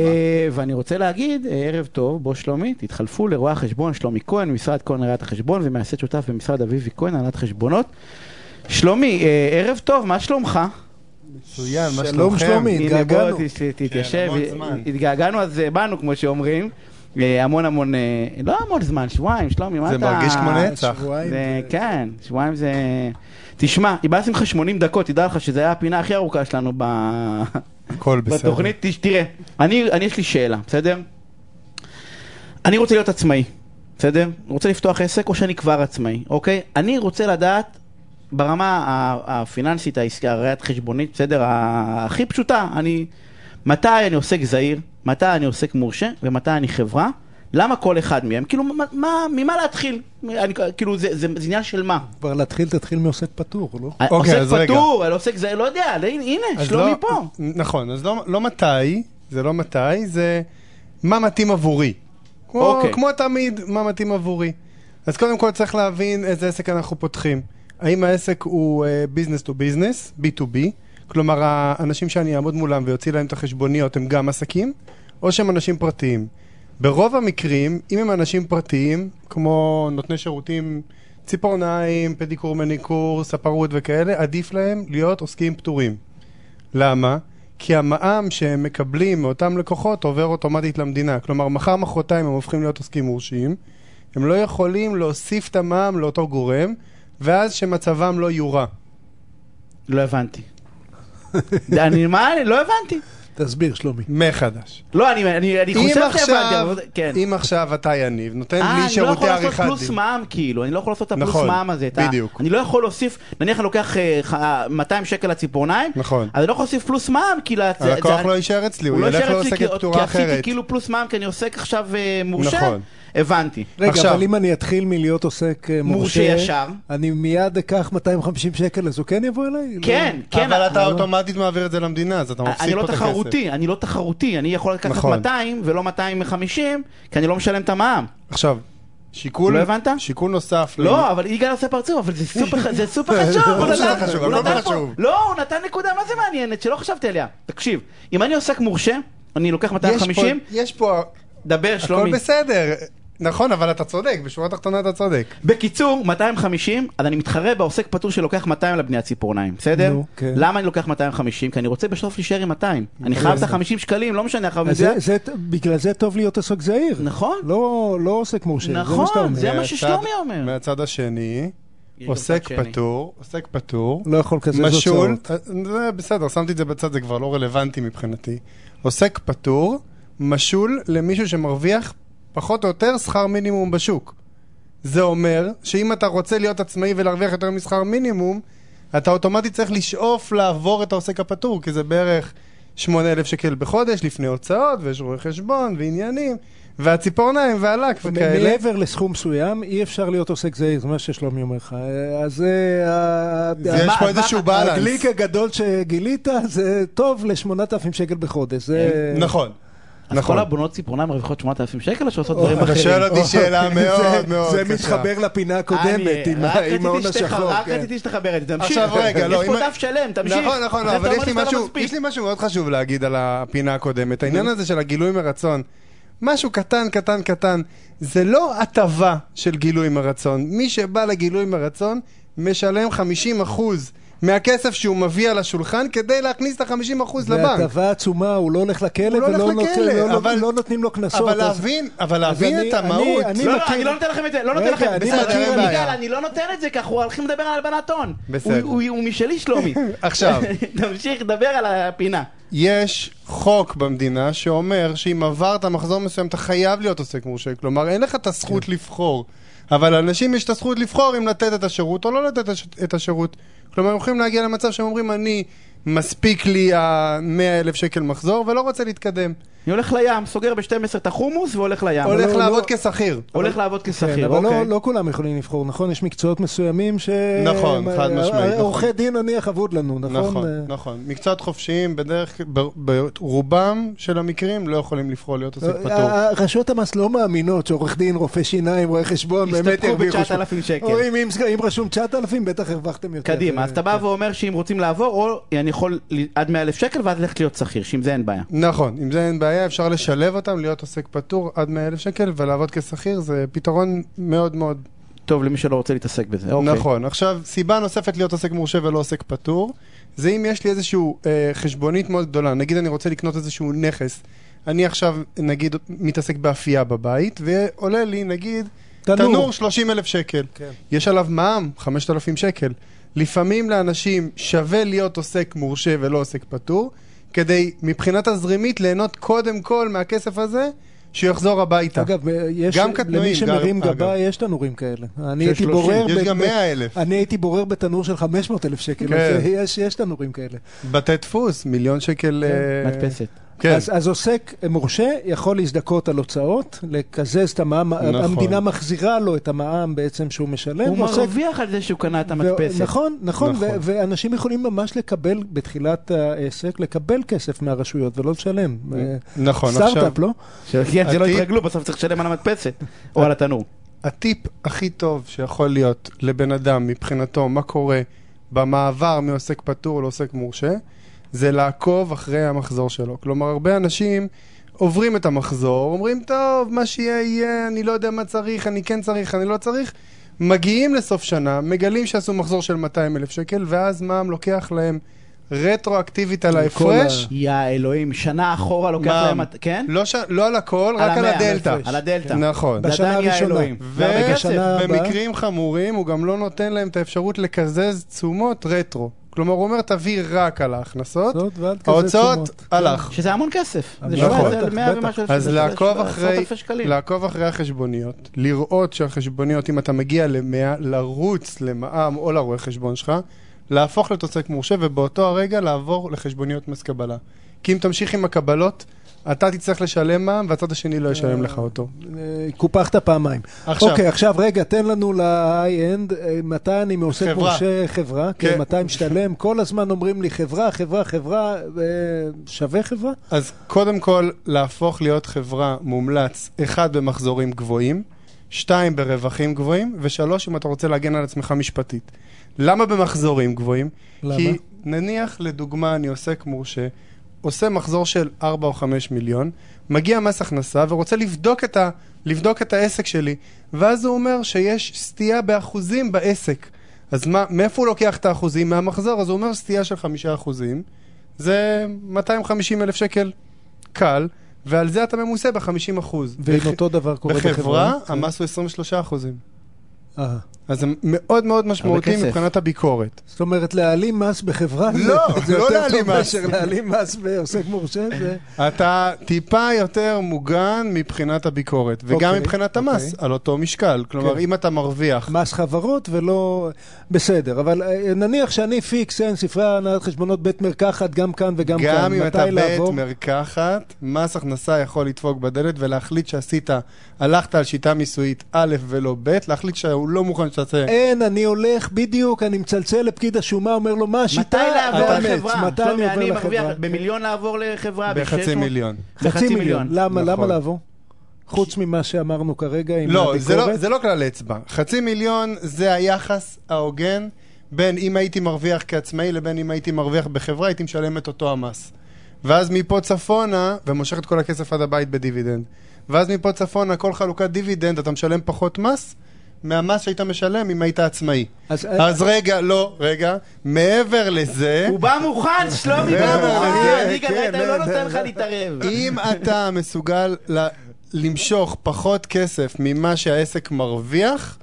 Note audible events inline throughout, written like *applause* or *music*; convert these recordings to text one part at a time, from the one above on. אה, ואני רוצה להגיד, אה, ערב טוב, בוא שלומי, תתחלפו לרואה החשבון שלומי כהן, משרד כהן ראיית החשבון ומייסד שותף במשרד אביבי כהן, הנהלת חשבונות. שלומי, אה, ערב טוב, מה שלומך? מצוין, מה שלום שלומכם? שלומי, הנה, בוא התגעגענו. ת- ת- תתיישב, כן, המון זמן. התגעגענו אז אה, באנו כמו שאומרים, אה, המון המון, אה, לא המון זמן, שבועיים, שלומי, מה זה אתה... מרגיש כמו נצח. שבועיים. זה, כן, שבועיים זה... תשמע, איבדתי ממך 80 דקות, תדע לך שזו הייתה הפינה הכי ארוכה שלנו ב... הכל בסדר. בתוכנית. תש- תראה, אני, אני יש לי שאלה, בסדר? אני רוצה להיות עצמאי, בסדר? אני רוצה לפתוח עסק או שאני כבר עצמאי, אוקיי? אני רוצה לדעת ברמה ה- הפיננסית, העסקה, הראיית חשבונית, בסדר? ה- הכי פשוטה, אני... מתי אני עוסק זעיר, מתי אני עוסק מורשה ומתי אני חברה, למה כל אחד מהם? כאילו, מה, מה, ממה להתחיל? אני, כאילו, זה, זה, זה עניין של מה? כבר להתחיל, תתחיל מעוסק פטור, לא? אוקיי, אז עוסק רגע. פטור, רגע. עוסק זעיר, לא יודע, הנה, הנה, אז שלומי לא- פה. נכון, אז לא לא מתי, זה לא מתי, זה מה מתאים עבורי. כמו- אוקיי. כמו תמיד, מה מתאים עבורי. אז קודם כל צריך להבין איזה עסק אנחנו פותחים. האם העסק הוא אה, business to business, B2B, כלומר האנשים שאני אעמוד מולם ויוציא להם את החשבוניות הם גם עסקים, או שהם אנשים פרטיים. ברוב המקרים, אם הם אנשים פרטיים, כמו נותני שירותים ציפורניים, פדיקור מניקור, ספרות וכאלה, עדיף להם להיות עוסקים פטורים. למה? כי המע"מ שהם מקבלים מאותם לקוחות עובר אוטומטית למדינה. כלומר, מחר מחרתיים הם הופכים להיות עוסקים מורשים, הם לא יכולים להוסיף את המע"מ לאותו גורם, ואז שמצבם לא יורע. לא הבנתי. אני מה? אני לא הבנתי. תסביר, שלומי. מחדש. לא, אני, אני, אני אם חושב שהבנתי, עכשיו, אבל... כן. אם עכשיו אתה יניב, אה, נותן לי אני לא יכול שירותי לעשות עריכת פלוס דין. מע"מ, כאילו, אני לא יכול לעשות את הפלוס נכון, מע"מ הזה. את ה- בדיוק. אני לא יכול להוסיף, נניח אני לוקח אה, ח- אה, 200 שקל לציפורניים, נכון. אז אני לא יכול להוסיף פלוס מע"מ, כי... לצ- הלקוח זה- לא יישאר אצלי, הוא לא ילך יישאר אצלי, לעוסקת כי- פטורה כי עשיתי אחרת. כאילו פלוס מע"מ, כי אני עוסק עכשיו אה, מורשה. נכון. הבנתי. רגע, עכשיו- אבל אם אני אתחיל מלהיות עוסק אה, מורשה מורשה, ישר. אני מיד אקח 250 שקל, אז הוא כן יבוא אליי? כן, כן. אבל אתה אבל- אוטומטית מעביר את זה למדינה, אז אתה אני מפסיד פה לא את הכסף. תחרותי, אני לא תחרותי, אני יכול לקחת נכון. 200 ולא 250, כי אני לא משלם את המע"מ. עכשיו, שיקול... לא הבנת? שיקול נוסף... לא, אבל יגאל עושה פרצוף, אבל זה סופר, זה *laughs* סופר חשוב, הוא לא נתן, חשוב, הוא הכל נתן פה, חשוב. לא, הוא נתן נקודה, מה זה מעניינת, שלא חשבתי עליה. תקשיב, אם אני עוסק מורשה, אני לוקח יש פה- 250, יש פה... דבר הכל שלומי. בסדר. נכון, אבל אתה צודק, בשורה התחתונה אתה צודק. בקיצור, 250, אז אני מתחרה בעוסק פטור שלוקח 200 לבניית ציפורניים, בסדר? נו, כן. למה אני לוקח 250? כי אני רוצה בסוף להישאר עם 200. כן. אני חייב את ה-50 שקלים, לא משנה, אני חייב את אז זה. זה- זה- בגלל זה טוב להיות עסק זעיר. נכון? לא לא עוסק מורשה, זה נכון, מה שאתה אומר. זה מה מהצד- ששלומי אומר. מהצד השני, יש גם עוסק צד שני. פטור, עוסק פטור, לא יכול לקזז משול, אה, הוצאות. זה בסדר, שמתי את זה בצד, זה כבר לא רלוונטי מבחינתי. עוסק פטור, משול למישהו שמרוויח פחות או יותר שכר מינימום בשוק. זה אומר שאם אתה רוצה להיות עצמאי ולהרוויח יותר משכר מינימום, אתה אוטומטית צריך לשאוף לעבור את העוסק הפטור, כי זה בערך 8,000 שקל בחודש לפני הוצאות, ויש רואי חשבון, ועניינים, והציפורניים, והלק וכאלה. אה, מעבר לסכום מסוים, אי אפשר להיות עוסק זעיר, זה מה ששלומי אומר לך. אה, אז זה... ה- זה יש ה- פה איזשהו בלנס. הגליק הגדול שגילית זה טוב ל-8,000 שקל בחודש. זה- נכון. אז כל הבונות ציפורניים מרוויחות 8,000 שקל או שעושות דברים אתה אחרים? שואל אותי *laughs* שאלה מאוד *laughs* זה- מאוד זה קשה. מתחבר לפינה הקודמת, אני- עם רק ה- עם רציתי ההון שתחבר- השחור. רק כן. רציתי שתחבר את זה, תמשיך. עכשיו רגע, לא, יש פה אם- דף שלם, תמשיך. נכון, נכון, זה אבל אתה יש אומר לי שאתה לא משהו, מספיק. יש לי משהו מאוד חשוב להגיד על הפינה הקודמת, העניין הזה של הגילוי מרצון. משהו קטן, קטן, קטן, זה לא הטבה של גילוי מרצון. מי שבא לגילוי מרצון משלם 50% מהכסף שהוא מביא על השולחן כדי להכניס את ה-50% זה לבנק. הטבה עצומה, הוא לא הולך לכלא הוא לא ולא הולך נותן- לכלא, לא- לא- אבל- לא נותנים לו קנסות. אבל אז- להבין, אבל להבין אני- את אני- המהות. אני לא, לא, מכיר- אני לא נותן לכם את זה, לא נותן רגע, לכם. אני בסדר, מכיר- אין יגאל, בעיה. אני לא נותן את זה ככה, הוא הולכים לדבר על הלבנת הון. בסדר. הוא- הוא הוא משלי שלומי. עכשיו. *laughs* תמשיך, דבר על הפינה. יש חוק במדינה שאומר שאם עברת מחזור מסוים אתה חייב להיות עוסק מורשה, כלומר אין לך את הזכות כן. לבחור, אבל לאנשים יש את הזכות לבחור אם לתת את השירות או לא לתת הש- את השירות. כלומר הם יכולים להגיע למצב שהם אומרים אני מספיק לי ה-100 אלף שקל מחזור ולא רוצה להתקדם, אני הולך לים, סוגר ב-12 את החומוס והולך לים. הולך לא- לעבוד לא- כשכיר. הולך לעבוד כן, כשכיר, אבל לא- אוקיי. לא כולם יכולים לבחור, נכון? יש מקצועות מסוימים ש... נכון, חד אה, משמעית, נכון. עורכי דין נניח אבוד לנו, נכון? נכון, אה, נכון. מקצועות חופשיים בדרך, בר- ברובם של המקרים לא יכולים לבחור להיות עוסק פטור. ה- אה, רשויות המס לא מאמינות שעורך דין, רופא שיניים, רואה לא חשבון, באמת הסתבכו ירוויחו שם. ב-9,000 שקל. אומרים, אם אם רשום 9,000, בטח הרווחתם יותר. קדימה, אז אתה כן. בא ואומר שאם רוצים לעבור, או אני יכול ל- עד 100,000 שקל ואז ללכת להיות שכיר, שעם זה אין בעיה. נכון, עם זה אין בעיה. בעיה, אפשר לשלב אותם, להיות עוסק פטור עד 100,000 שקל ולעבוד כשכיר, זה פתרון מאוד מאוד טוב, למי שלא רוצה להתעסק בזה. אוקיי. נכון. עכשיו, סיבה נוספת להיות עוסק מורשה ולא עוסק פטור, זה אם יש לי איזשהו אה, חשבונית מאוד גדולה. נגיד אני רוצה לקנות איזשהו נכס. אני עכשיו, נגיד, מתעסק באפייה בבית, ועולה לי, נגיד, כן. תנור. תנור 30 אלף שקל. כן. יש עליו מע"מ 5,000 שקל. לפעמים לאנשים שווה להיות עוסק מורשה ולא עוסק פטור, כדי מבחינה תזרימית ליהנות קודם כל מהכסף הזה, שיחזור הביתה. אגב, אה, יש, גם קטנועים, למי שמרים גם- גבה, אגב. יש תנורים כאלה. אני של הייתי 30. בורר... יש ב- גם ב- 100,000. אני הייתי בורר בתנור של 500 אלף שקל, כן. אז יש, יש תנורים כאלה. בתי דפוס, מיליון שקל... אה, מדפסת. כן. אז, אז עוסק מורשה יכול להזדכות על הוצאות, לקזז את המע"מ, נכון. המדינה מחזירה לו את המע"מ בעצם שהוא משלם. הוא ועוסק- מרוויח על זה שהוא קנה את ו- המדפסת. נכון, נכון, נכון. ו- ואנשים יכולים ממש לקבל, בתחילת העסק, לקבל כסף מהרשויות ולא לשלם. אה, נכון, עכשיו... סטארט-אפ, לא? כן, זה לא הטיפ- יתרגלו, בסוף צריך לשלם על המדפסת. או על התנור. הטיפ הכי טוב שיכול להיות לבן אדם מבחינתו, מה קורה במעבר מעוסק פטור לעוסק מורשה, זה לעקוב אחרי המחזור שלו. כלומר, הרבה אנשים עוברים את המחזור, אומרים, טוב, מה שיהיה יהיה, אני לא יודע מה צריך, אני כן צריך, אני לא צריך. מגיעים לסוף שנה, מגלים שעשו מחזור של 200 אלף שקל, ואז מע"מ לוקח להם רטרואקטיבית על כל ההפרש. יא אלוהים, שנה אחורה לוקח מע"מ. להם... את- כן? לא, ש... לא על הכל, רק על המאה, הדלתא. על הדלתא. נכון. זה בשנה עדיין יא הראשונה. אלוהים. והרגע שנה הבאה- ובמקרים חמורים הוא גם לא נותן להם את האפשרות לקזז תשומות רטרו. כלומר, הוא אומר, תביא רק על ההכנסות, ההוצאות ועד כזה ההוצאות, תשומות. כן. הלך. שזה המון כסף. זה נכון. 17 על בטח, 100 בטח. ומשהו אלף אז שקלים, לעקוב 17 אחרי, אלף שקלים. לעקוב אחרי החשבוניות, לראות שהחשבוניות, אם אתה מגיע ל-100, לרוץ למע"מ או לרואה חשבון שלך, להפוך לתוצק מורשה, ובאותו הרגע לעבור לחשבוניות מס קבלה. כי אם תמשיך עם הקבלות, אתה תצטרך לשלם מע"מ, והצד השני לא ישלם לך אותו. אה, קופחת פעמיים. עכשיו. אוקיי, עכשיו רגע, תן לנו ל-high-end, אה, מתי אני מעוסק חברה. מורשה חברה, כן, כן. מתי משתלם, כל הזמן אומרים לי חברה, חברה, חברה, אה, שווה חברה? אז קודם כל, להפוך להיות חברה מומלץ, אחד, במחזורים גבוהים, שתיים, ברווחים גבוהים, ושלוש, אם אתה רוצה להגן על עצמך משפטית. למה במחזורים גבוהים? למה? כי נניח, לדוגמה, אני עוסק מורשה, עושה מחזור של 4 או 5 מיליון, מגיע מס הכנסה ורוצה לבדוק את, ה, לבדוק את העסק שלי, ואז הוא אומר שיש סטייה באחוזים בעסק. אז מה, מאיפה הוא לוקח את האחוזים מהמחזור? אז הוא אומר סטייה של 5 אחוזים, זה 250 אלף שקל קל, ועל זה אתה ממוסה ב-50 אחוז. ואם אותו דבר קורה בחברה? בחברה, כן. המס הוא 23 אחוזים. אה, אז זה מאוד מאוד משמעותי כסף. מבחינת הביקורת. זאת אומרת, להעלים מס בחברה? לא, זה- זה לא יותר להעלים טוב מס. מאשר להעלים מס בעוסק מורשה? זה- אתה טיפה יותר מוגן מבחינת הביקורת, וגם אוקיי, מבחינת המס, אוקיי. על אותו משקל. כן. כלומר, אם אתה מרוויח... מס חברות ולא... בסדר, אבל אה, נניח שאני פיקס, אין ספרי הנהלת חשבונות בית מרקחת, גם כאן וגם כאן. גם אם מתי אתה בית לעבור? מרקחת, מס הכנסה יכול לדפוק בדלת ולהחליט שעשית, הלכת על שיטה מיסויית א' ולא ב', להחליט שהוא לא מוכן שתעשה... אין, אני הולך בדיוק, אני מצלצל לפקיד השומה, אומר לו, מה מתי השיטה? לעבור אתה מת. לחברה? מתי שלומי, אני אני עובר מרוויח לחברה? במיליון לעבור לחברה. בחצי ב-600? מיליון. חצי מיליון. למה, נכון. למה לעבור? חוץ ממה שאמרנו כרגע עם לא, זה לא, הביקורת. זה לא כלל אצבע. חצי מיליון זה היחס ההוגן בין אם הייתי מרוויח כעצמאי לבין אם הייתי מרוויח בחברה, הייתי משלם את אותו המס. ואז מפה צפונה, ומושך את כל הכסף עד הבית בדיבידנד. ואז מפה צפונה, כל חלוקת דיבידנד, אתה משלם פחות מס מהמס שהיית משלם אם היית עצמאי. אז, אה, אז רגע, לא, רגע. מעבר לזה... הוא בא מוכן, שלומי זה- בא מוכן. זה- יגאל כן, אה, רייטן לא זה- נותן לך להתערב. אם אתה מסוגל ל- למשוך פחות כסף ממה שהעסק מרוויח,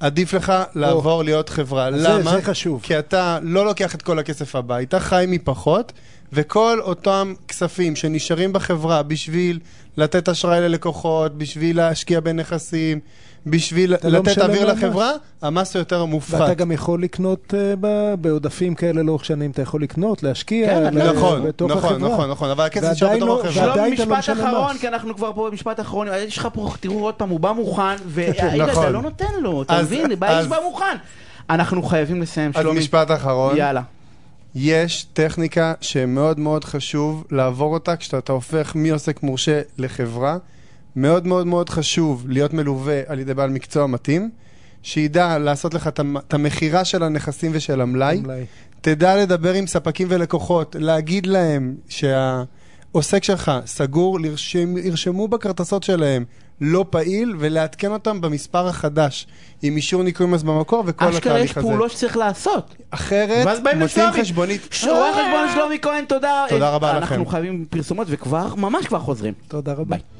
עדיף לך לעבור להיות חברה. זה- למה? זה חשוב. כי אתה לא לוקח את כל הכסף הביתה, חי מפחות, וכל אותם כספים שנשארים בחברה בשביל לתת אשראי ללקוחות, בשביל להשקיע בנכסים, בשביל אתה לא לתת משלם אוויר לו מס. לחברה, המס הוא יותר ואתה מופחת. גם יכול לקנות אה, ב- בעודפים כאלה לאורך שנים, אתה יכול לקנות, להשקיע, כן, אתה- ל- נכון, בתוך נכון, החברה. נכון, נכון, אבל הכסף נשאר ועדיין בתוך לא- החברה. ועדיין שלומי, אתה לא משפט משלם אחרון, מס. כי אנחנו כבר פה במשפט אחרון. יש לך פה, תראו עוד פעם, הוא בא מוכן, והאיגאל, אתה נכון. לא נותן לו, אתה אז- מבין? האיש אז- בא מוכן. אנחנו חייבים לסיים, אז שלומי. משפט אחרון. יאללה. יש טכניקה שמאוד מאוד חשוב לעבור אותה כשאתה הופך מעוסק מורשה לחברה. מאוד מאוד מאוד חשוב להיות מלווה על ידי בעל מקצוע מתאים, שידע לעשות לך את המ- את המכירה של הנכסים ושל המלאי. אולי. תדע לדבר עם ספקים ולקוחות, להגיד להם שה... עוסק שלך סגור, לרשם, ירשמו בכרטסות שלהם לא פעיל ולעדכן אותם במספר החדש עם אישור ניכוי מס במקור וכל התהליך הזה. אשכרה יש פעולות שצריך לעשות. אחרת, ואז באים מוציאים לשלומי. חשבונית. ש- רואה חשבון שלומי כהן, תודה. אה, תודה רבה אנחנו לכם. חייבים פרסומות וכבר, ממש כבר חוזרים. תודה רבה. ביי.